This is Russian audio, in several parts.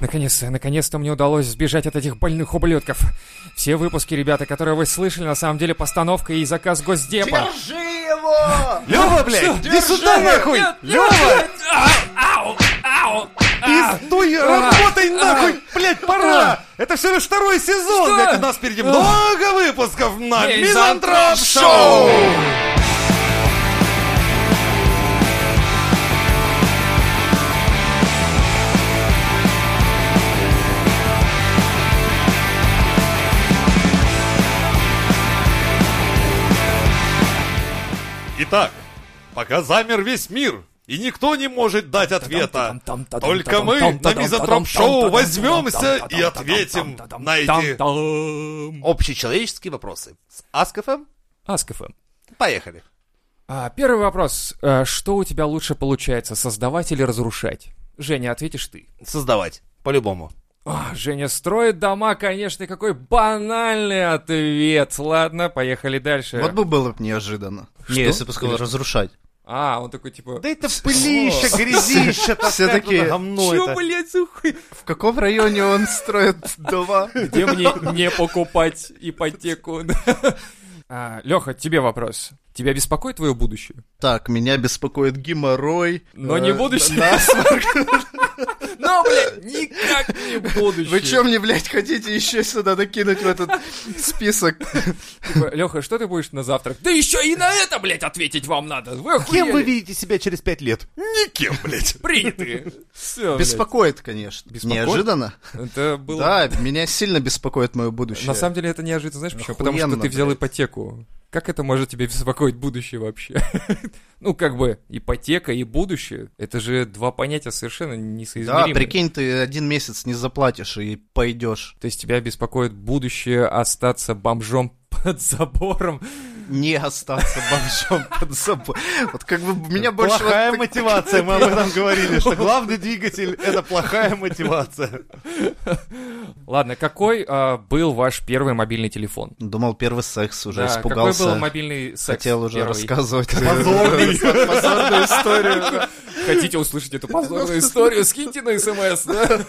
Наконец-то, наконец-то мне удалось сбежать от этих больных ублюдков. Все выпуски, ребята, которые вы слышали, на самом деле постановка и заказ Госдепа. Держи его! Лёва, блядь! Иди сюда нахуй! Лёва! Пиздуй, работай нахуй! Блядь, пора! Это всего лишь второй сезон! Блядь, у нас впереди много выпусков на Эй, Мизантроп Мизантроп Шоу! Итак, пока замер весь мир, и никто не может дать ответа. Только мы на Мизантроп Шоу возьмемся и ответим на эти общечеловеческие вопросы. С Аскофом Аскофем. поехали. А, первый вопрос. А, Что у тебя лучше получается, создавать или разрушать? Женя, ответишь ты. Создавать, по-любому. А, Женя строит дома, конечно, какой банальный ответ. Ладно, поехали дальше. Вот бы было бы неожиданно. Э. Не, если бы сказал разрушать. А, он такой типа... Да это пылища, грязища, Все таскать такие, туда говно «Чё, это. блядь, ухуй?» В каком районе он строит дома? Где мне не покупать ипотеку? Леха, тебе вопрос. Тебя беспокоит твое будущее? Так, меня беспокоит геморрой. Но не э, будущее. насморк. Ну, блядь, никак не будущее. Вы чё мне, блядь, хотите еще сюда накинуть в этот список? Леха, Типа, что ты будешь на завтрак? Да еще и на это, блядь, ответить вам надо. А Вы Кем вы охуели? видите себя через пять лет? Никем, блядь. Приняты. Все, Беспокоит, конечно. Беспокоит? Неожиданно. Это было... Да, меня сильно беспокоит мое будущее. На самом деле это неожиданно, знаешь почему? Потому что Охуенно, ты взял блядь. ипотеку. Как это может тебе беспокоить будущее вообще? Ну, как бы, ипотека и будущее, это же два понятия совершенно Да, несоизмеримые. прикинь, ты один месяц не заплатишь и пойдешь. То есть тебя беспокоит будущее остаться бомжом под забором. Не остаться бомжом под собой. Вот как бы меня больше... вот Плохая так- мотивация, мы об этом говорили, что главный двигатель — это плохая мотивация. Ладно, какой а, был ваш первый мобильный телефон? Думал, первый секс уже Да, Какой был испугался. мобильный секс? Хотел уже первый? рассказывать. Позорный. Позорную историю. Хотите услышать эту позорную историю? Скиньте на смс, да?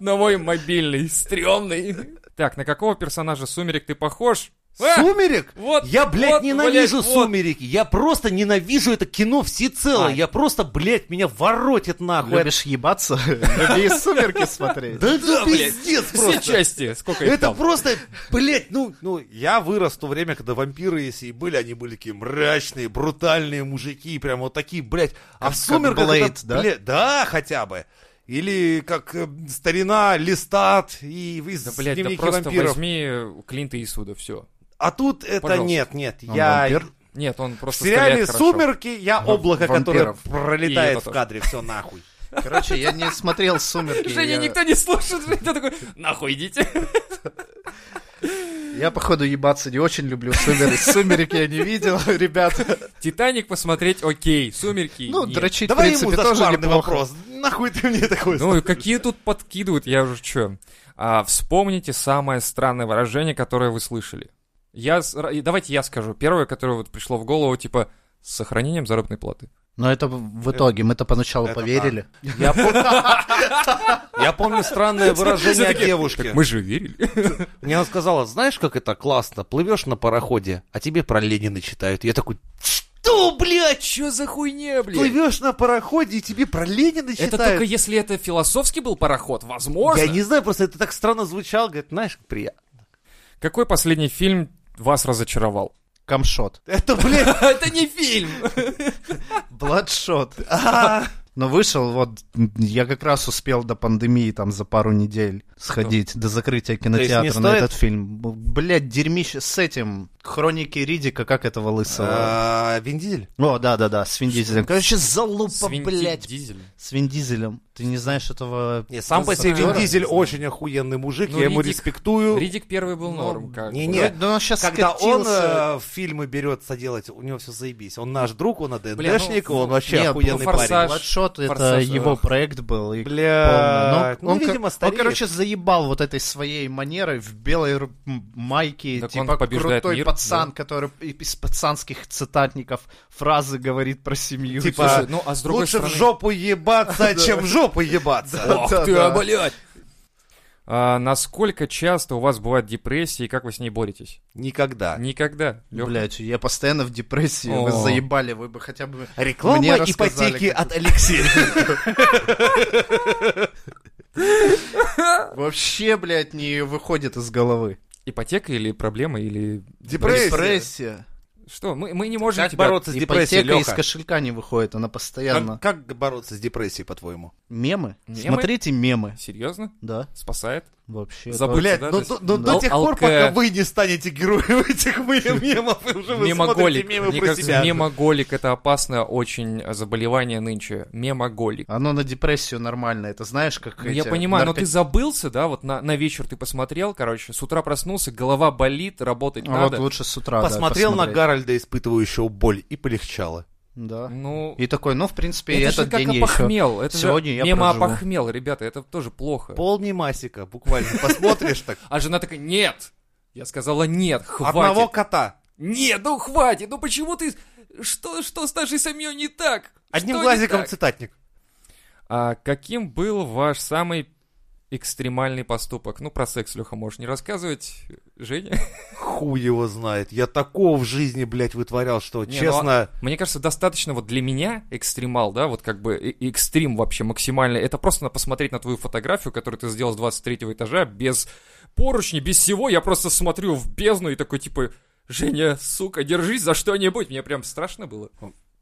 На мой мобильный, стрёмный. Так, на какого персонажа Сумерек ты похож? А, Сумерек? Вот, Я, блядь, вот, ненавижу блядь, вот. сумерики. Я просто ненавижу это кино всецело. А. Я просто, блядь, меня воротит нахуй. Любишь ебаться? Люби сумерки смотреть. Да это блядь. пиздец Все просто. части, сколько их Это там? просто, блядь, ну, ну, я вырос в то время, когда вампиры, если и были, они были такие мрачные, брутальные мужики, прям вот такие, блядь. А Как- в сумерках как это, Blade, да? блядь, да, хотя бы. Или как э, старина Листат и из Да, блядь, да дневники просто вампиров. возьми Клинта Исуда, все. А тут это Пожалуйста. нет, нет, Он я... вампир? Нет, он В просто сериале стреляет хорошо. «Сумерки» я облако, которое вампиров. И пролетает это в тоже. кадре, все нахуй. Короче, я не смотрел сумерки. Женя, я- никто не слушает, Женя такой, нахуй идите. Я, походу, ебаться не очень люблю. Сумерки, сумерек я не видел, ребят. Титаник посмотреть, окей, Сумерки. Ну, нет. дрочить, в Давай ему принципе, тоже зашкварный неплохо. вопрос. Нахуй ты мне такой Ну, и какие тут подкидывают, я уже чё. А, вспомните самое странное выражение, которое вы слышали. Я, с- ра- и давайте я скажу. Первое, которое вот пришло в голову, типа, с сохранением заработной платы. Но это в итоге, мы-то поначалу Это поверили. Я пом- Я помню странное выражение Всё-таки, девушки. Мы же верили. Мне она сказала, знаешь, как это классно, плывешь на пароходе, а тебе про Ленина читают. Я такой, что, блядь, Чё за хуйня, блин? плывешь на пароходе, и тебе про Ленина Это только читают. если это философский был пароход, возможно. Я не знаю, просто это так странно звучало. Говорит, знаешь, как приятно. Какой последний фильм вас разочаровал? Камшот. Это, блядь, Это не фильм! Бладшот. А, Но Ну, вышел, вот, м, я как раз успел до пандемии, там, за пару недель сходить, до закрытия не кинотеатра на стоит? этот фильм. Блять, дерьмище с этим. Хроники Ридика, как этого лысого. А, Вин Дизель? О, да-да-да, с Вин Дизелем. Короче, залупа, Свинтик блять. Дизель. С Вин Дизелем. Ты не знаешь этого... Не, сам по Ну, себе Вин актера, Дизель не знаю. очень охуенный мужик, Ну, я ему Риддик- респектую. Ридик первый был норм. как бы. не-не. Нет, Ну, он сейчас Когда он э, в фильмы берется делать, у него все заебись. Он наш друг, он АДНДшник, ну, он вообще не, охуенный ну, «Форсаж», парень. Бладшот, это э, «Форсаж», его эх. проект был. и Бля, помню, но ну, он, ко- видимо, он, стареет. короче, заебал вот этой своей манерой в белой ру- м- майке, Так он типа побеждает крутой мир. пацан, который из пацанских цитатников фразы говорит про семью. Типа, Слушай, ну, а с другой Лучше стороны- в жопу ебаться, чем в жопу ебаться. Ох да, ты, да. а, блядь! А, насколько часто у вас бывает депрессия и как вы с ней боретесь? А, Никогда. Никогда. Лёха. Блять, я постоянно в депрессии, вы О. заебали, вы бы хотя бы... Мне Реклама рассказали, ипотеки как- от Алексея. Вообще, блядь, не выходит из головы. Ипотека или проблема, или... Депрессия. Депрессия. Что? Мы, мы не можем Как тебя- бороться с депрессией, Ипотека из Леха? кошелька не выходит, она постоянно. Как, как бороться с депрессией, по-твоему? Мемы? Мемы? Смотрите мемы. Серьезно? Да, Спасает? вообще. Забыл. да. Блядь, Блять, да, ну, то есть- до- до- Ну, до тех пор, алка- пока вы не станете героем этих ме- мемов, и уже вы смотрите Мемоголик. мемы Мне про кажется, себя. мемоголик это опасное очень заболевание нынче. Мемоголик. Оно на депрессию нормально, это знаешь, как Ну, я эти понимаю, но нарко- ты забылся, да, вот на, на вечер ты посмотрел, короче, с утра проснулся, голова болит, работать А вот надо. лучше с утра, да, Посмотрел на посмотреть. Гарольда, испытывающего боль, и полегчало. Да. Ну, И такой, ну, в принципе, это же этот как день я еще... опохмел. Это сегодня же я мема проживу. опохмел, ребята, это тоже плохо. Пол мемасика, буквально. Посмотришь так. А жена такая, нет! Я сказала, нет, хватит. Одного кота. Нет, ну хватит, ну почему ты... Что, что с нашей семьей не так? Что Одним не глазиком так?» цитатник. А каким был ваш самый экстремальный поступок? Ну, про секс, Леха, можешь не рассказывать, Женя. Хуй его знает. Я такого в жизни, блядь, вытворял, что, Не, ну, честно... Мне кажется, достаточно вот для меня экстремал, да, вот как бы э- экстрим вообще максимальный. Это просто на- посмотреть на твою фотографию, которую ты сделал с 23 этажа, без поручни, без всего. Я просто смотрю в бездну и такой, типа, Женя, сука, держись за что-нибудь. Мне прям страшно было.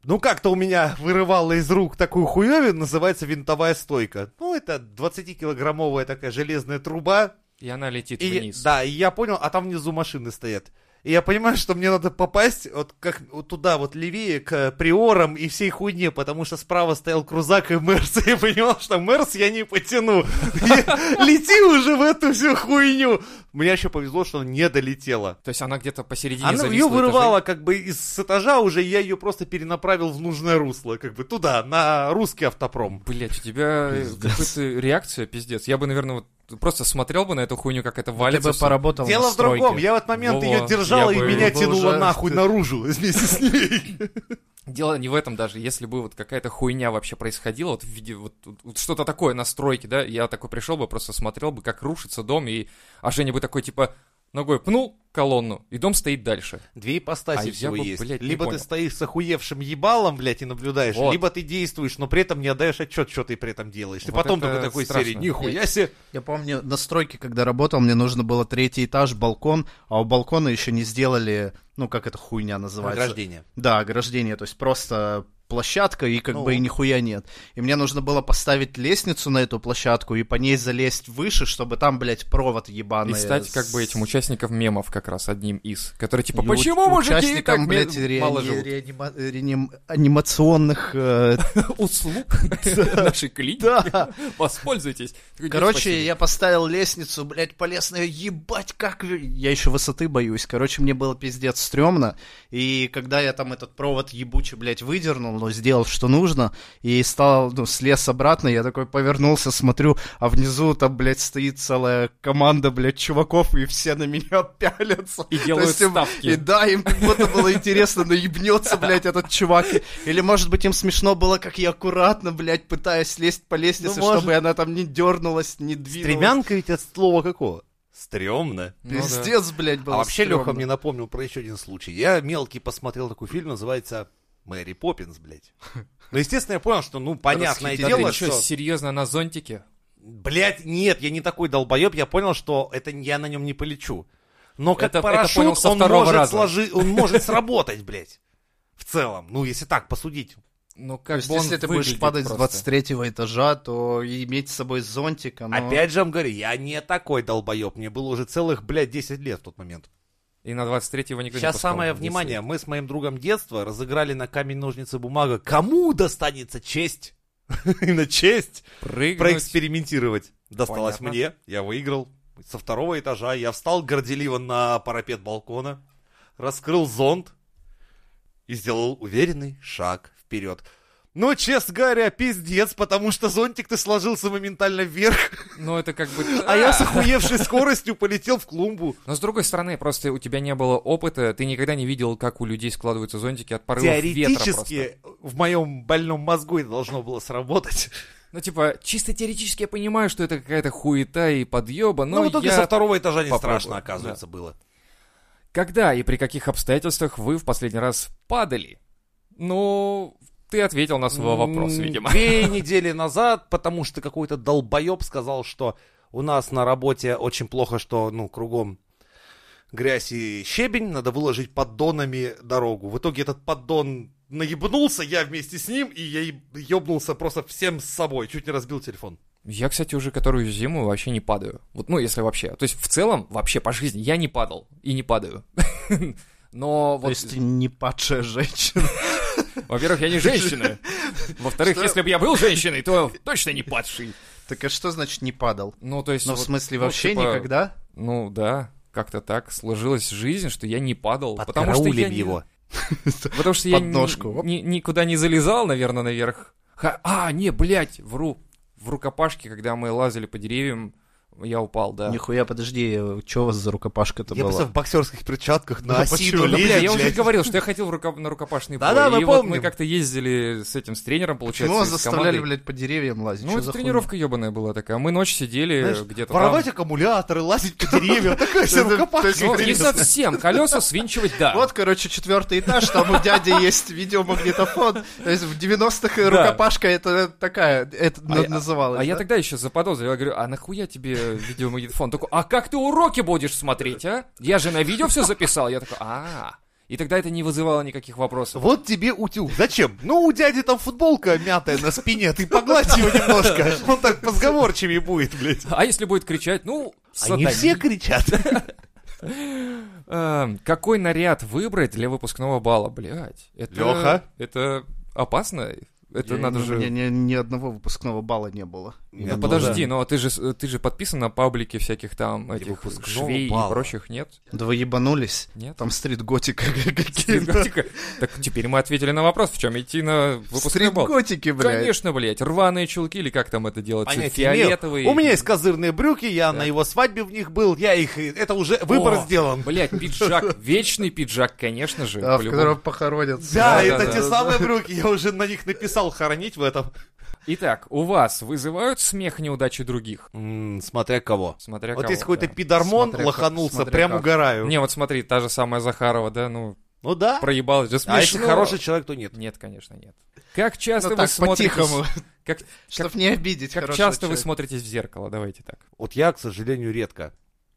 Ну, как-то у меня вырывало из рук такую хуёвину, называется винтовая стойка. Ну, это 20-килограммовая такая железная труба. И она летит И, вниз. да, и я понял, а там внизу машины стоят. И я понимаю, что мне надо попасть вот как вот туда, вот левее, к э, приорам и всей хуйне, потому что справа стоял крузак и Мерс, и я понимал, что Мерс я не потяну. И Лети уже в эту всю хуйню. Мне еще повезло, что она не долетела. То есть она где-то посередине Она зависла ее этажей. вырывала как бы из с этажа уже, и я ее просто перенаправил в нужное русло, как бы туда, на русский автопром. Блять, у тебя э, какая-то реакция, пиздец. Я бы, наверное, вот просто смотрел бы на эту хуйню, как это Ты валится. бы всё. поработал Дело на в другом, стройке. я в этот момент Во, ее держал, я и бы- меня Было тянуло уже- нахуй наружу вместе с ней. Дело не в этом даже. Если бы вот какая-то хуйня вообще происходила, вот в виде вот, вот что-то такое на стройке, да, я такой пришел бы, просто смотрел бы, как рушится дом, и а Женя бы такой, типа, ногой пнул колонну, и дом стоит дальше. Две А ипостаси я всего бы, есть. блядь, не либо понял. ты стоишь с охуевшим ебалом, блядь, и наблюдаешь, Вот. либо ты действуешь, но при этом не отдаешь отчет, что ты при этом делаешь. Ты Вот потом это только такой страшно. серии, нихуя себе. Я помню, на стройке, когда работал, мне нужно было третий этаж, балкон, а у балкона еще не сделали, ну, как это хуйня называется? Ограждение. Да, ограждение, то есть просто площадка и как Ну. бы и нихуя нет. И мне нужно было поставить лестницу на эту площадку и по ней залезть выше, чтобы там, блядь, провод ебаный. И стать как бы этим А с- участником мемов как раз одним из, который и типа, у- почему мужики так участником, ме- блядь, ре- мало ре- живут? реанима- реаним- анимационных э, Услуг нашей клиники. Воспользуйтесь. Такой, нет, Короче, спасибо. я поставил лестницу, блядь, полез на её, ебать, как... же- Я еще высоты боюсь. Короче, мне было пиздец стрёмно. И когда я там этот провод ебучий, блядь, выдернул, но сделал, что нужно, и стал, ну, слез обратно, я такой повернулся, смотрю, а внизу там, блядь, стоит целая команда, блядь, чуваков, и все на меня пялятся. И То делают есть им- ставки. Ну И да, им как будто было интересно, наебнется, блядь, этот чувак. Или, может быть, им смешно было, как я аккуратно, блядь, пытаюсь лезть по лестнице, может. чтобы и она там не дернулась, не двинулась. Стремянка ведь от слова какого? Стремно. Ну да. Пиздец, блядь, было А вообще стрёмно. Леха мне напомнил про еще один случай. Я мелкий посмотрел такой фильм, называется Мэри Поппинс, блядь. Ну, естественно, я понял, что, ну, понятное Да ты дело, чё, что... серьезно на зонтике? Блять, нет, я не такой долбоеб, я понял, что это я на нем не полечу. Но как Это- это понял парашют, со он, второго может раза. сложи- он может сработать, блядь. В целом, ну, если так посудить. Ну, как То есть, бы он если ты будешь выглядит падать просто. с 23 этажа, то и иметь с собой зонтик, оно... Опять же, вам говорю, я не такой долбоеб. Мне было уже целых, блядь, 10 лет в тот момент. И на 23-го никто не Сейчас пускал. самое внимание. Мы с моим другом детства разыграли на камень, ножницы, бумага. Кому достанется честь? И на честь Прыгнуть. проэкспериментировать. Досталось Понятно. мне, я выиграл. Со второго этажа я встал горделиво на парапет балкона, раскрыл зонт и сделал уверенный шаг вперед. Но, честно говоря, пиздец, потому что зонтик ты сложился моментально вверх, Ну, это как бы... а я с охуевшей скоростью полетел в клумбу. Но с другой стороны, просто у тебя не было опыта, ты никогда не видел, как у людей складываются зонтики от порывов ветра просто. Теоретически, в моем больном мозгу это должно было сработать. Ну, типа, чисто теоретически я понимаю, что это какая-то хуета и подъеба, Но но Ну, в итоге Ну, я... со второго этажа не попробую, страшно, оказывается, было. Когда и при каких обстоятельствах вы в последний раз падали? Ну, ты ответил на свой вопрос, М, видимо. Две недели назад, потому что какой-то долбоеб сказал, что у нас на работе очень плохо, что, ну, кругом грязь и щебень, надо выложить поддонами дорогу. В итоге этот поддон наебнулся, я вместе с ним, и я еб- ебнулся просто всем с собой, чуть не разбил телефон. Я, кстати, уже которую зиму вообще не падаю. Вот, ну, если вообще. То есть, в целом, вообще по жизни я не падал и не падаю. Но То вот, есть ты не падшая женщина. во-первых, я не женщина. Во-вторых, Что? если бы я был женщиной, то точно не падший. Так а что значит не падал? Ну, то есть... Ну, в вот, смысле, ну, вообще типа, никогда? Ну, да, как-то так сложилась жизнь, что я не падал. потому что я не- Потому что я Под ни- ножку, оп. ни- никуда не залезал, наверное, наверх. Ха- а, не, блядь, вру. В рукопашке, когда мы лазили по деревьям, я упал, да. Нихуя, подожди, что у вас за рукопашка-то Я просто была? в боксерских перчатках на Ну, осину почему? Да, Да, бля, лезет, я уже блядь. говорил, что я хотел в рука- на рукопашный бой. Да-да, мы и вот мы помним. как-то ездили с этим, с тренером, получается, Почему вас и с заставляли, командой. блядь, по деревьям лазить? Ну, Чё это за хуйня? тренировка ебаная была такая. Мы ночь сидели Знаешь, где-то Воровать там. аккумуляторы, лазить по деревьям, такая вся Это- рукопашка. это- Ну, не тренировка. совсем. Колеса свинчивать, да. Вот, короче, четвертый этаж, там у дяди есть видеомагнитофон. То есть в 90-х Да. рукопашка это такая, это А я- на- называлось. А я да? тогда еще заподозрил, я говорю, а нахуя тебе видеомагнитофон? Такой, а как ты уроки будешь смотреть, а? Я же на видео все записал. Я такой, а И тогда это не вызывало никаких вопросов. Вот тебе утюг. Зачем? Ну, у дяди там футболка мятая на спине, ты погладь его немножко. Он так позговорчивее будет, блядь. А если будет кричать, ну, сатани. Они все кричат. Эм, Какой наряд выбрать для выпускного бала, блядь? Это- Лёха? Это опасно? Это Я- надо У меня же... ни, ни одного выпускного балла не было. Ну, подожди, но ты же, ты же подписан на паблике всяких там этих выпускного швей бала. и прочих, нет? Да вы ебанулись? Нет? Там стрит-готика какие-то. Стрит-готика. Так теперь мы ответили на вопрос, в чем идти на выпускной бал. Стрит-готики, блядь. Конечно, блядь, рваные чулки или как там это делается? Понятия не имею. Фиолетовые. У меня есть козырные брюки, я на его свадьбе в них был, я их... Это уже выбор О, сделан. Блядь, пиджак, вечный пиджак, конечно же. Да, а, в по-любому. которого похоронят. Да, Да, это да, те да, самые брюки, я уже на них написал хоронить в этом. Итак, у вас вызывают смех неудачи других? М, Смотря кого. Смотря Вот кого, есть какой-то да. пидормон, Смотря как- лоханулся, смотря прям как. угораю. Не, вот смотри, та же самая Захарова, да, ну, Ну да. проебалась, да смешно. А если хороший человек, то нет. Нет, конечно, нет. Как часто Ну вы так, смотритесь... по-тихому, Как, чтоб не обидеть как хорошего часто вы человека. смотритесь в зеркало, давайте так. Вот я, к сожалению, редко.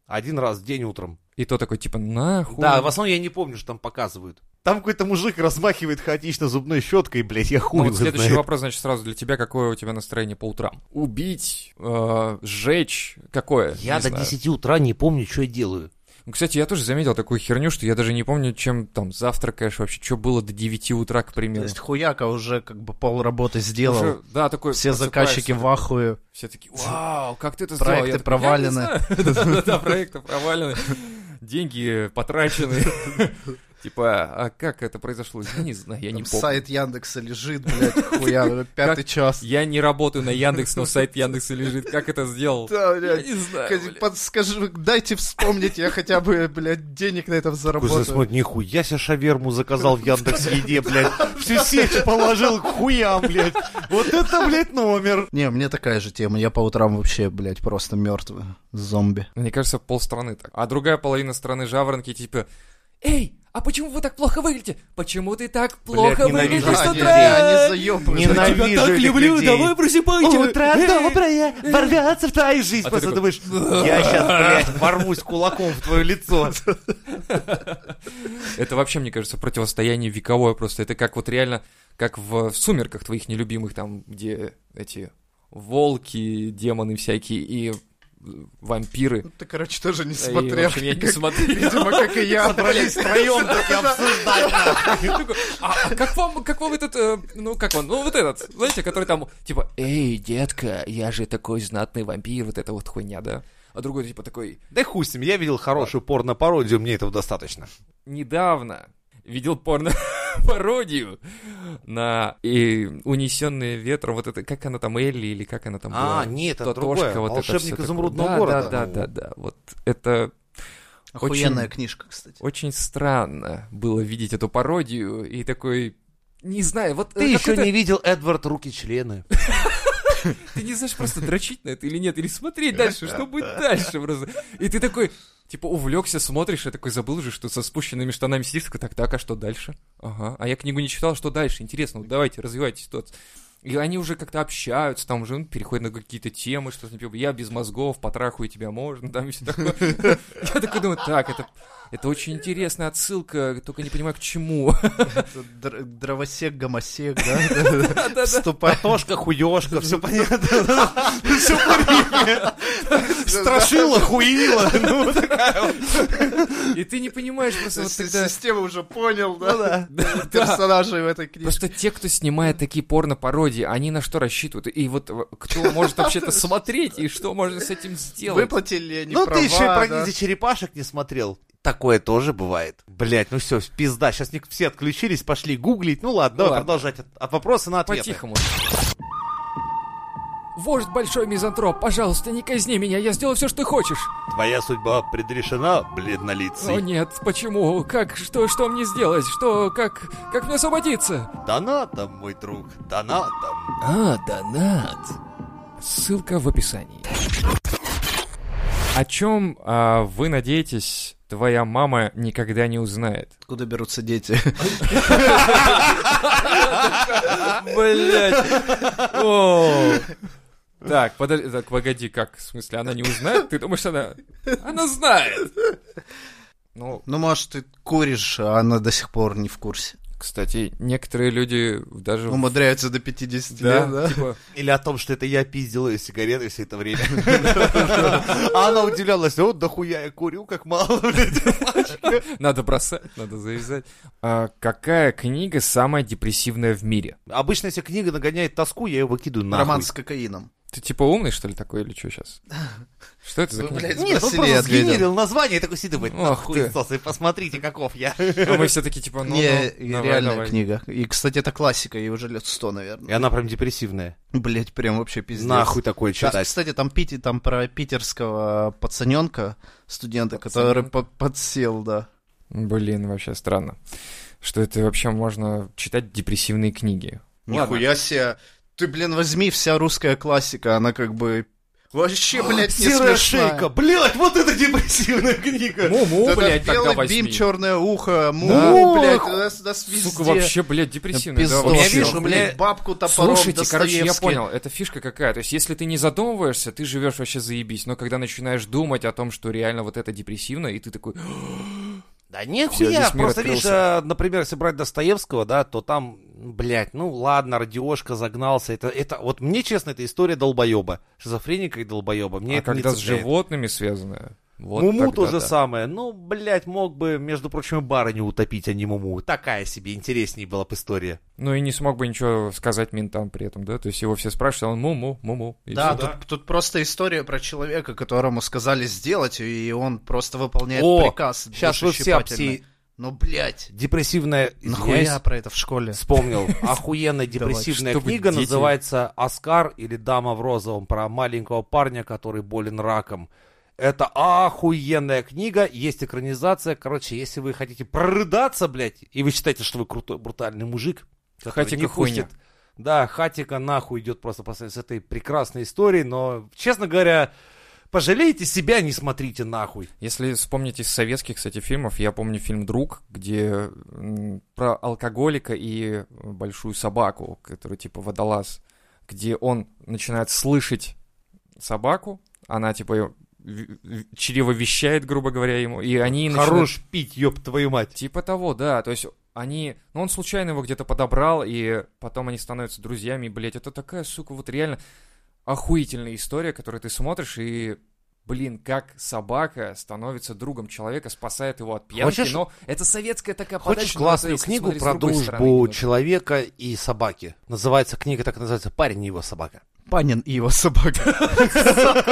Один раз в день утром. И то такой, типа, нахуй. Да, в основном я не помню, что там показывают. Там какой-то мужик размахивает хаотично зубной щеткой, блядь, я Ну, хуй вот его следующий знает. вопрос, значит, сразу для тебя. Какое у тебя настроение по утрам? Убить, э, сжечь, какое? Я Не до знаю. 10 утра не помню, что я делаю. Ну, Кстати, я тоже заметил такую херню, что я даже не помню, чем там завтракаешь вообще, что было до 9 утра, к То примеру. есть хуяка уже как бы пол работы Уже, сделал. да, такой Все просыпаешься, заказчики в ахуе. Все такие, вау, как ты это сделал? Проекты Я такой, провалены. «Я не знаю». Да-да-да, проекты провалены. Деньги потрачены. Типа, а как это произошло? Я не знаю, я не Там помню. сайт Яндекса лежит, блядь, хуя, пятый час. Я не работаю на Яндекс, но сайт Яндекса лежит. Как это сделал? Да, Я блядь. не знаю, Хоть блядь. Подскажи, дайте вспомнить, я хотя бы, блядь, денег на этом Кузя заработаю. смотрит, нихуя себе шаверму заказал в Яндекс Еде, блядь. Всю сеть положил к хуям, блядь. Вот это, блядь, номер. Не, мне такая же тема. Я по утрам вообще, блядь, просто мертвый зомби. Мне кажется, полстраны так. А другая половина страны жаворонки типа... Эй, а почему вы так плохо выглядите? Почему ты так плохо ненавижу выглядишь с этих утра? А, они Ну, заебывают. Ненавижу. этих людей. просыпайте! Эй! ворваться в твою жизнь. А ты Просто такой, думаешь, я сейчас, блядь, ворвусь кулаком в твое лицо. Это вообще, мне кажется, противостояние вековое просто. Это как вот реально, как в «Сумерках» твоих нелюбимых, там, где эти волки, демоны всякие и э, вампиры. Ты, короче, тоже не И, в смотрел. общем, я не как- смотрел. Видимо, как и я. Собрались втроем таки обсуждать. А, а как вам, как вам этот, э, ну как он, ну вот этот, знаете, который там, типа, эй, детка, я же такой знатный вампир, вот это вот хуйня, да? А другой типа такой, Да хуй с ним, я видел хорошую порно-пародию, мне этого достаточно. недавно видел порно пародию на и унесенные ветром, вот это, как она там, Элли, или как она там была? А, нет, это Тотошка, другое. это «Волшебник всё такое. изумрудного Да, города». Да, да, да, да, вот это Охуенная Очень- книжка, кстати. очень странно было видеть эту пародию и такой... Не знаю, вот Ты э, еще какой-то- не видел Эдвард руки-члены. Ты не знаешь, просто дрочить на это или нет, или смотреть дальше, что будет дальше просто. И ты такой, типа, увлекся, смотришь, я такой забыл же, что со спущенными штанами сидишь, такой, так, так, а что дальше? Ага, а я книгу не читал, что дальше? Интересно, вот давайте, развивайте ситуацию. И они уже как-то общаются, там уже ну, переходят на какие-то темы, что типа, я без мозгов, потрахую тебя можно, там и все такое. Я такой думаю, так, это, это очень интересная отсылка, только не понимаю, к чему. Это др- Дровосек, гомосек, да? Да-да-да. Вступай. Тошка, хуёшка, все понятно. Все понятно. Страшила, хуила. Ну, такая вот. И ты не понимаешь просто вот С- с- тогда... Система уже понял, да? Да. Персонажей в этой книжке. Просто те, кто снимает такие порно-пародии, они на что рассчитывают? И вот э, кто может вообще-то смотреть, и что можно с этим сделать? Выплатили они Ну, права, ты еще и про да. ниндзя черепашек не смотрел. Такое тоже бывает. Блять, ну все, пизда. Сейчас все отключились, пошли гуглить. Ну ладно, давай ладно. продолжать от, от вопроса на ответы. По-тихому. Вождь Большой Мизантроп, пожалуйста, не казни меня, я сделал все, что ты хочешь. Твоя судьба предрешена, О бледнолицый. нет, почему? Как, что, что мне сделать? Что, как, как мне освободиться? Донатом, мой друг, донатом. А, донат. Ссылка в описании. О чем а, вы надеетесь, твоя мама никогда не узнает? Откуда берутся дети? Блять. О. Так, подожди, так, погоди, как? В смысле, она не узнает? Ты думаешь, она... Она знает. Ну, Ну, может, ты куришь, а она до сих пор не в курсе. кстати, некоторые люди даже... Умудряются до 50 Да, лет, Ну, да? типа, Или о том, что это я пиздил ее сигареты все это время. А она удивлялась, вот дохуя я курю, как мало, блядь. надо бросать, надо завязать. А какая книга самая депрессивная в мире? Обычно, если книга нагоняет тоску, я ее выкидываю нахуй. Роман с кокаином. Ты типа умный, что ли, такой, или что сейчас? Что это за Вы, книга? блядь, Нет, он ну, спросили, просто ответил. сгенерил название и такой сидит, думает, Ах нахуй, ты. и посмотрите, каков я. А мы все таки типа, ну, ну, Не, давай, реальная давай. книга. И, кстати, это классика, ей уже лет 100, наверное. И она прям депрессивная. Блять, прям вообще пиздец. Нахуй такое Да, читать. Кстати, там, Пити, там про питерского пацаненка, студента, который Пацанёнка. по- подсел, да. Блин, вообще странно. Что это вообще можно читать депрессивные книги. Нихуя себе. Ты, блин, возьми вся русская классика, она как бы... Вообще, блядь, не Серая смешная. шейка, блядь, вот это депрессивная книга. Му-му, Да-да, Ну, блядь, тогда белый возьми. бим, черное ухо, му, Да. блядь, нас, нас везде. Сука, вообще, блядь, депрессивный. Пиздос. да, вообще. Я вижу, блядь, блядь. бабку топором Слушайте, короче, я Достоевский. понял, это фишка какая. То есть, если ты не задумываешься, ты живешь вообще заебись. Но когда начинаешь думать о том, что реально вот это депрессивно, и ты такой, «А, Да Всё, нихуя, весь мир просто видишь, открылся. э, например, если брать Достоевского, да, то там, блядь, ну ладно, Радиошка загнался, это, это, вот мне, честно, эта история долбоеба, шизофреника и долбоеба, мне а это не когда с цепляет. животными связано, вот Муму тогда то же да. самое, ну, блядь, мог бы, между прочим, и барыню утопить, а не Муму, такая себе, интереснее была бы история. Ну и не смог бы ничего сказать ментам при этом, да? То есть его все спрашивают, а он муму, муму. и Да, всё. да. Тут, тут просто история про человека, которому сказали сделать, и он просто выполняет О, приказ. Сейчас вы все душещипательный. обси... Ну, блядь, депрессивная, нахуя извиняюсь, про это в школе? вспомнил, охуенная депрессивная чтобы книга дети- называется «Оскар» или «Дама в розовом» про маленького парня, который болен раком. Это охуенная книга, есть экранизация. Короче, если вы хотите прорыдаться, блядь, и вы считаете, что вы крутой, брутальный мужик, который Хатика не пустит... хуйня. Да, Хатика нахуй идет просто по сравнению с этой прекрасной историей, но, честно говоря, пожалейте себя, не смотрите нахуй. Если вспомнить из советских, кстати, фильмов, я помню фильм «Друг», где м, про алкоголика и большую собаку, которая типа водолаз, где он начинает слышать собаку, она типа в- в- чревовещает, грубо говоря, ему, и они начинают... Хорош пить, ёб твою мать. Типа того, да, то есть они... Ну, он случайно его где-то подобрал, и потом они становятся друзьями, и, блядь, это такая, сука, вот реально охуительная история, которую ты смотришь, и, блин, как собака становится другом человека, спасает его от пьянки, Хочешь- но это советская такая Хочешь подача, но классную это, если книгу смотреть с про другой стороны дружбу немного. человека и собаки? Называется книга, так и называется «Парень и его собака». Панин и его собака.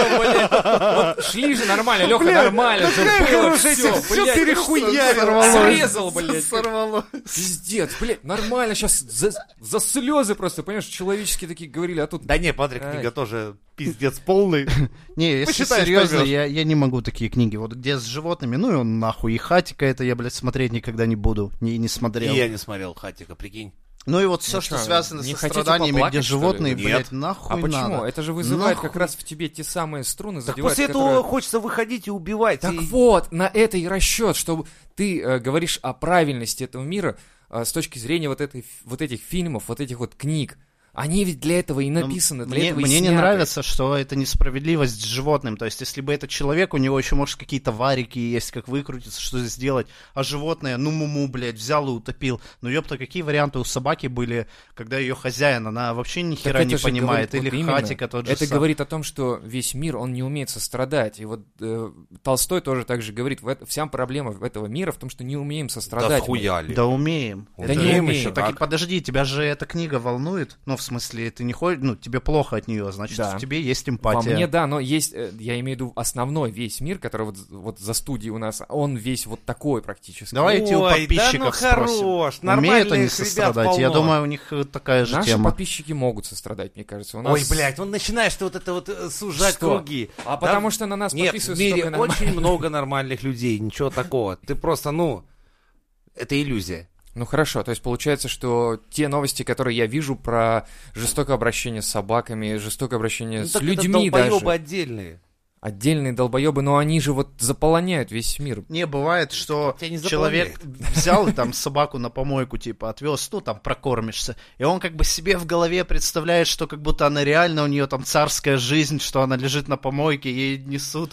Вот шли же нормально, Леха, Бля, нормально же такая было хорошая все, тема, всё перехуярил. Срезал, блядь. Сорвалось. Пиздец, блядь, нормально, сейчас за, за слезы просто, понимаешь, человеческие такие говорили, а тут... Да не, Патрик, Ай. книга тоже пиздец полный. Не, если Посчитаешь, серьезно, поймёшь. я, я не могу такие книги. Вот где с животными, ну и он нахуй. И хатика это я, блядь, смотреть никогда не буду. Не, не И смотрел. я не смотрел Хатика, прикинь. Ну и вот все, Ну что, чё, связано не со хотите страданиями, поплакать, где что ли? животные, Нет. блядь, нахуй а почему? надо. Это же вызывает как Нахуй. раз в тебе те самые струны, Так задевает, после этого которые- хочется выходить и убивать. Так и- вот, на это и расчет, что ты э, говоришь о правильности этого мира э, с точки зрения вот, этой, ф- вот этих фильмов, вот этих вот книг. Они ведь для этого и Ну, написаны, для мне, этого и мне не сняты. нравится, что это несправедливость с животным. То есть, если бы это человек, у него еще, может, какие-то варики есть, как выкрутиться, что здесь сделать. А животное, ну, муму, блядь, взял и утопил. Ну, ёпта, какие варианты у собаки были, когда ее хозяин, она вообще ни Так хера это не же понимает. говорит- вот Или именно. хатика тот же Это сам. говорит о том, что весь мир, он не умеет сострадать. И вот э, Толстой тоже так же говорит, в эт- вся проблема в этого мира в том, что не умеем Да сострадать. мы. схуяли. Да умеем. Да Это не умеем умеем. ещё. Так и Как? подожди, тебя же эта книга волнует. Ну, в смысле, ты не ходишь, ну, тебе плохо от нее, значит, Да. в тебе есть Во эмпатия. мне, да, но есть, э, я имею в виду основной весь мир, который вот, вот за студией у нас, он весь вот такой практически. Давай я тебя у Ой, да ну подписчиков спросим. хорош, Умеют нормальных они ребят сострадать? Я полно. думаю, у них э, такая же Наши тема. подписчики могут сострадать, мне кажется. У нас... Ой, блядь, он начинаешь ты вот это вот э, сужать Что? круги. А Да потому что на нас Нет, в подписываются мире только нормальные- очень много нормальных людей, ничего такого. Ты просто, ну, это иллюзия. Ну хорошо, то есть получается, что те новости, которые я вижу про жестокое обращение с собаками, жестокое обращение Ну, с так это людьми долбоёбы даже, отдельные. отдельные долбоебы, но они же вот заполоняют весь мир. Не, бывает, что Тебя не человек взял и там собаку на помойку, типа, отвез, ну, там, прокормишься. И он как бы себе в голове представляет, что как будто она реально, у нее там царская жизнь, что она лежит на помойке, ей несут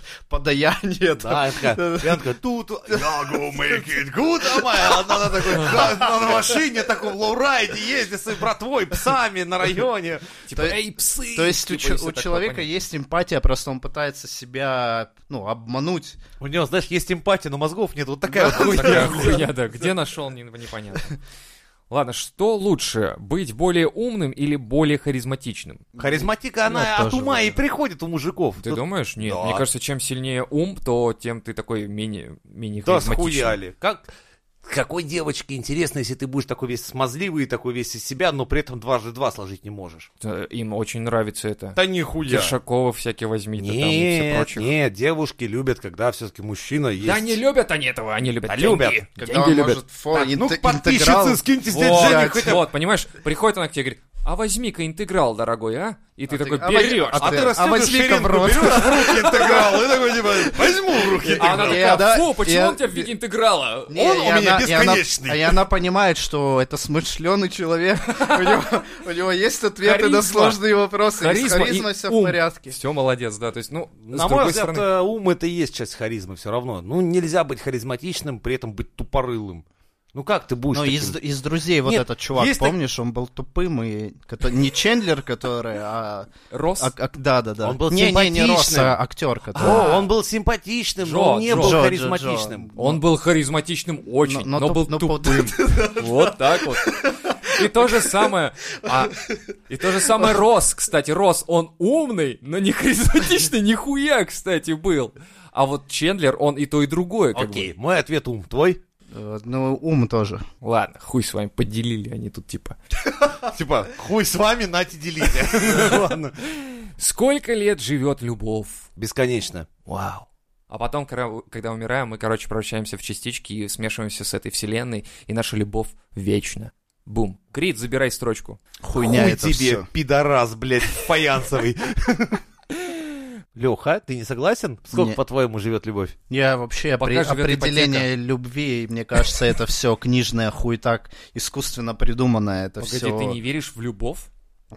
Да, подаяние. там. я такая, я такая, тут, я go make it good, а моя». она на такой, «Да, на машине таком лоурайде ездит с своей братвой, псами на районе. Типа, эй, псы! То есть у, Типа, чё- если у так человека понять. есть эмпатия, просто он пытается себя, ну, обмануть. У него, знаешь, есть эмпатия, но мозгов нет, вот такая вот Такая хуйня. хуйня, да, где нашел, не- непонятно. Ладно, что лучше, быть более умным или более харизматичным? Харизматика, она Ну, от тоже ума и вариант. приходит у мужиков. Ты Тут- думаешь? Нет, Да. мне кажется, чем сильнее ум, то тем ты такой менее, менее Да, харизматичный. схуяли. Как... Какой девочке интересно, если ты будешь такой весь смазливый, такой весь из себя, но при этом дважды два сложить не можешь? Да, Им очень нравится это. Да нихуя. Ершакова всякие возьми, да там и все Нет, прочее. нет, девушки любят, когда все-таки мужчина есть. Да не любят они этого, они любят Да деньги. любят. Когда Деньги он любят. ну, может фо- Так, ну-ка, инте- интеграл- подписчицы, скиньте здесь Вот, денег хотя бы. вот, понимаешь, приходит она к тебе и говорит, а возьми-ка интеграл, дорогой, а? И ты А такой, ты- а берешь. возь- А ты А растешь возьми-ка ширинку, в рот. берешь в руки интеграл, и такой типа, возьму в руки А она интеграл. такая, Я, да, фу, почему я- он у тебя в виде интеграла? Не, Он у и меня и она- бесконечный. и она понимает, что это смышленый человек. У него- у него есть ответы Харизма. на сложные вопросы. И С Харизма и харизмой все в ум. порядке. Все, молодец, да, то есть, ну, с На мой другой взгляд, стороны... э, ум это и есть часть харизмы все равно. Ну, нельзя быть харизматичным, при этом быть тупорылым. Ну как ты будешь Но таким? из, из друзей вот Нет, этот чувак, есть так- помнишь, он был тупым и... кото- Не Чендлер, который, а... Рос, а- а- Да, да, да. Он был не, не, не Росс, симпатичным. а актер, который... О, он был симпатичным, Джо, но он не Джо. был Джо, Джо, харизматичным. он был харизматичным очень, Но- но, но туп- был но тупым. Вот так вот. И то же самое, а, и то же самое Рос, кстати, Рос, он умный, но не харизматичный, нихуя, кстати, был. А вот Чендлер, он и то, и другое. как Окей, мой ответ ум, твой? Э, Ну, ум тоже. бы. Ладно, хуй с вами, поделили они тут, типа. Типа, хуй с вами, нате делите. Ладно. Сколько лет живет любовь? Бесконечно. Вау. А потом, кра- когда умираем, мы, короче, превращаемся в частички и смешиваемся с этой вселенной, и наша любовь вечна. Бум. Крит, забирай строчку. Хуйня Хуй это тебе, всё. пидорас, блядь, фаянсовый. Леха, ты не согласен? Сколько, Не. по-твоему, живет любовь? Я вообще Пока опре- живет определение любви, мне кажется, это все книжная хуй так искусственно придуманное. Это Погоди, все... ты не веришь в любовь?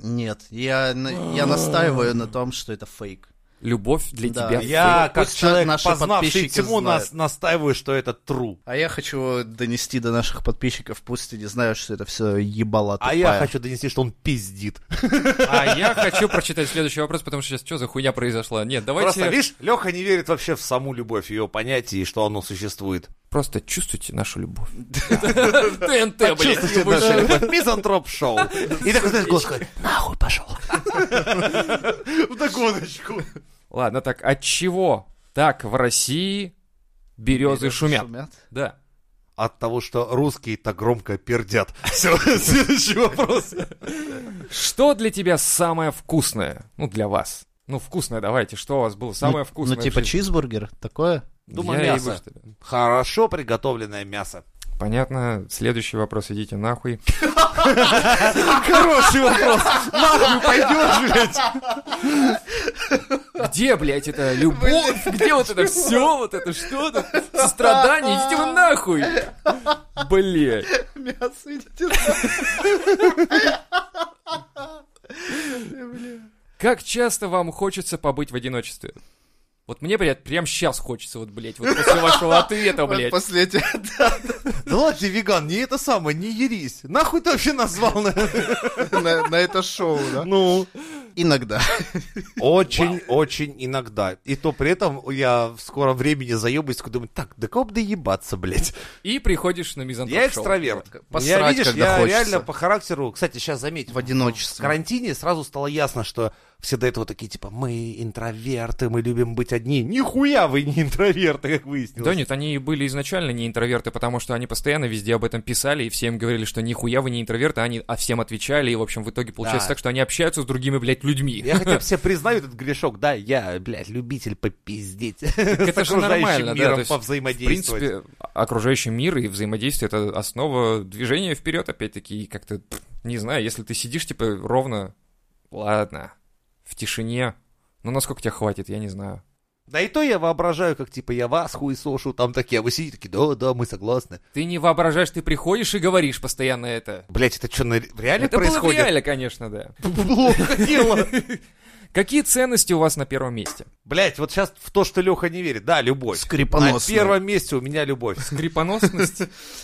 Нет, я, на- я настаиваю на том, что это фейк. Любовь для Да. тебя. Я, Пусть как на- человек, наши познавший подписчики тему, знают. нас- настаиваю, что это true. А я хочу донести до наших подписчиков, пусть они знают, что это все ебала тупая. А я хочу донести, что он пиздит. А я хочу прочитать следующий вопрос, потому что сейчас что за хуйня произошла? Нет, давайте... Просто, видишь, Леха не верит вообще в саму любовь, ее понятие и что оно существует. Просто чувствуйте нашу любовь. ТНТ, блядь, Чувствуйте не вышел. наше мизантроп-шоу. И такой, знаешь, господи, нахуй пошел. Вдогоночку. Ладно, так от чего так в России березы шумят? Да. От того, что русские-то громко пердят. Все, следующий вопрос. Что для тебя самое вкусное? Ну, для вас. Ну, вкусное давайте. Что у вас было самое вкусное? Ну, типа чизбургер, такое? Думаю, Я мясо. ебу, что ли? Хорошо приготовленное мясо. Понятно. Следующий вопрос. Идите нахуй. Хороший вопрос. Нахуй пойдешь, Ну, блядь. Где, блядь, это любовь? Где вот это все? Вот это что-то? Сострадание? Идите вы нахуй! Блядь. Мясо идите. Как часто вам хочется побыть в одиночестве? Вот мне, блядь, прям сейчас хочется, вот, блядь, вот после вашего ответа, Вот блядь. после эти- Да ладно ты, веган, не это самое, не ерись. Нахуй ты вообще назвал? на- на на это шоу, да? Ну, Иногда. очень-очень иногда. И то при этом я в скором времени заебаюсь, такой думаю, так, да кого бы доебаться, блядь. И приходишь на мизантроп Ну, Я экстраверт. Я, Посрать, видишь, когда я хочется. реально по характеру, кстати, сейчас заметил. В В одиночестве. карантине сразу стало ясно, что все до этого такие, типа, мы интроверты, мы любим быть одни. Нихуя вы не интроверты, как выяснилось. Да нет, они и были изначально не интроверты, потому что они постоянно везде об этом писали, и всем говорили, что нихуя вы не интроверты, а они а всем отвечали, и, в общем, в итоге получается Да. так, что они общаются с другими, блядь, людьми. Я хотя бы все признаю этот грешок, да, я, блядь, любитель попиздеть. это Это же нормально, да, то миром есть, В повзаимодействовать. принципе, а, окружающий мир и взаимодействие — это основа движения вперед, опять-таки, и как-то, пф, не знаю, если ты сидишь, типа, ровно, ладно, в тишине, ну, насколько тебя хватит, я не знаю. Да и то я воображаю, как типа я вас хуй сошу, там такие, а вы сидите такие, да, да, мы согласны. Ты не воображаешь, ты приходишь и говоришь постоянно это. Блять, это что, реально это было бы происходит? реально, конечно, да. Плохо дело. Какие ценности у вас на первом месте? Блять, вот сейчас в то, что Леха не верит, да, любовь. На Скрипоносный. первом месте у меня любовь. Скрипоносность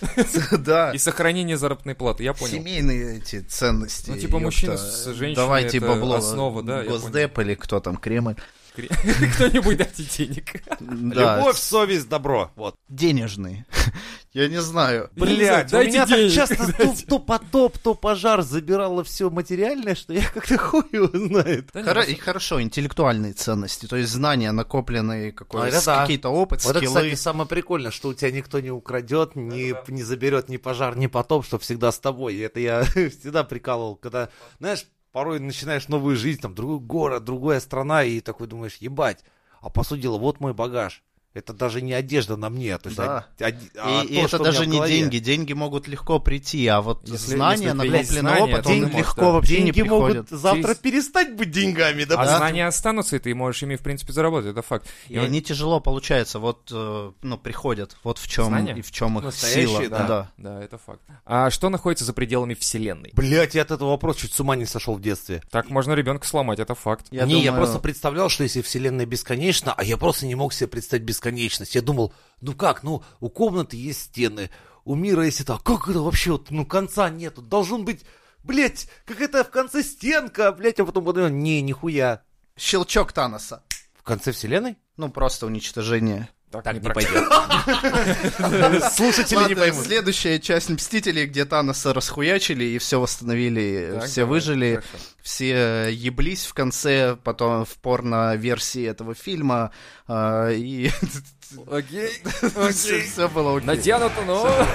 Да. А. и сохранение заработной платы, я понял. Семейные эти ценности. Ну, типа, ёпта. мужчина с женщиной Давайте это бабло. основа, да, я Госдеп или кто там, Кремль. Кре- Кто-нибудь дайте денег. Да, Любовь, совесть, добро. Вот. денежные. Я не знаю. Я не Блять, у знаю, дайте меня так денег. часто то, то потоп, то пожар забирало все материальное, что я как-то хуй его знает. Да не, Хоро- ну, и хорошо, интеллектуальные ценности, то есть знания, накопленные, какой- А, это с- да. какие-то опыт, Вот это, скиллы. кстати, самое прикольное, что у тебя никто не украдет, не, не заберет ни пожар, ни потоп, что всегда с тобой. И это я всегда прикалывал, когда, знаешь, порой начинаешь новую жизнь, там, другой город, другая страна, и такой думаешь, ебать, а по сути дела, вот мой багаж. Это даже не одежда на мне, то есть Да. од- од- И- а и то, это что у меня даже в не голове. деньги. Деньги могут легко прийти, а вот Если- знания, если ты есть накопленный знания, опыт, то он он может, легко да. вообще не Деньги могут приходят. завтра Здесь- перестать быть деньгами, А допустим. знания останутся, и ты можешь ими, в принципе, заработать, это факт. И он- они тяжело получается, вот, э, ну, приходят, вот в чем Знания? и в чем их Настоящие, сила. да. да. Да, это факт. А что находится за пределами Вселенной? Блять, я от этого вопроса чуть с ума не сошел в детстве. Так можно ребенка сломать, это факт. Я не, я думаю- просто представлял, что если Вселенная бесконечна, а я просто не мог себе представить бесконечность. Я думал, ну как, ну у комнаты есть стены, у мира есть это, а как это вообще, вот, ну конца нету, должен быть, блять, какая-то в конце стенка, блять, а потом подумал, не, нихуя. Щелчок Таноса. В конце Вселенной? Ну, просто уничтожение. Так не прок- пойдет. Слушатели не Ладно, поймут. следующая часть Мстителей, где Таноса расхуячили и все восстановили, Так, все давай, выжили, хорошо. все э, еблись в конце, потом в порно-версии этого фильма, а, и Окей. все было окей. ну. Натянуто, но...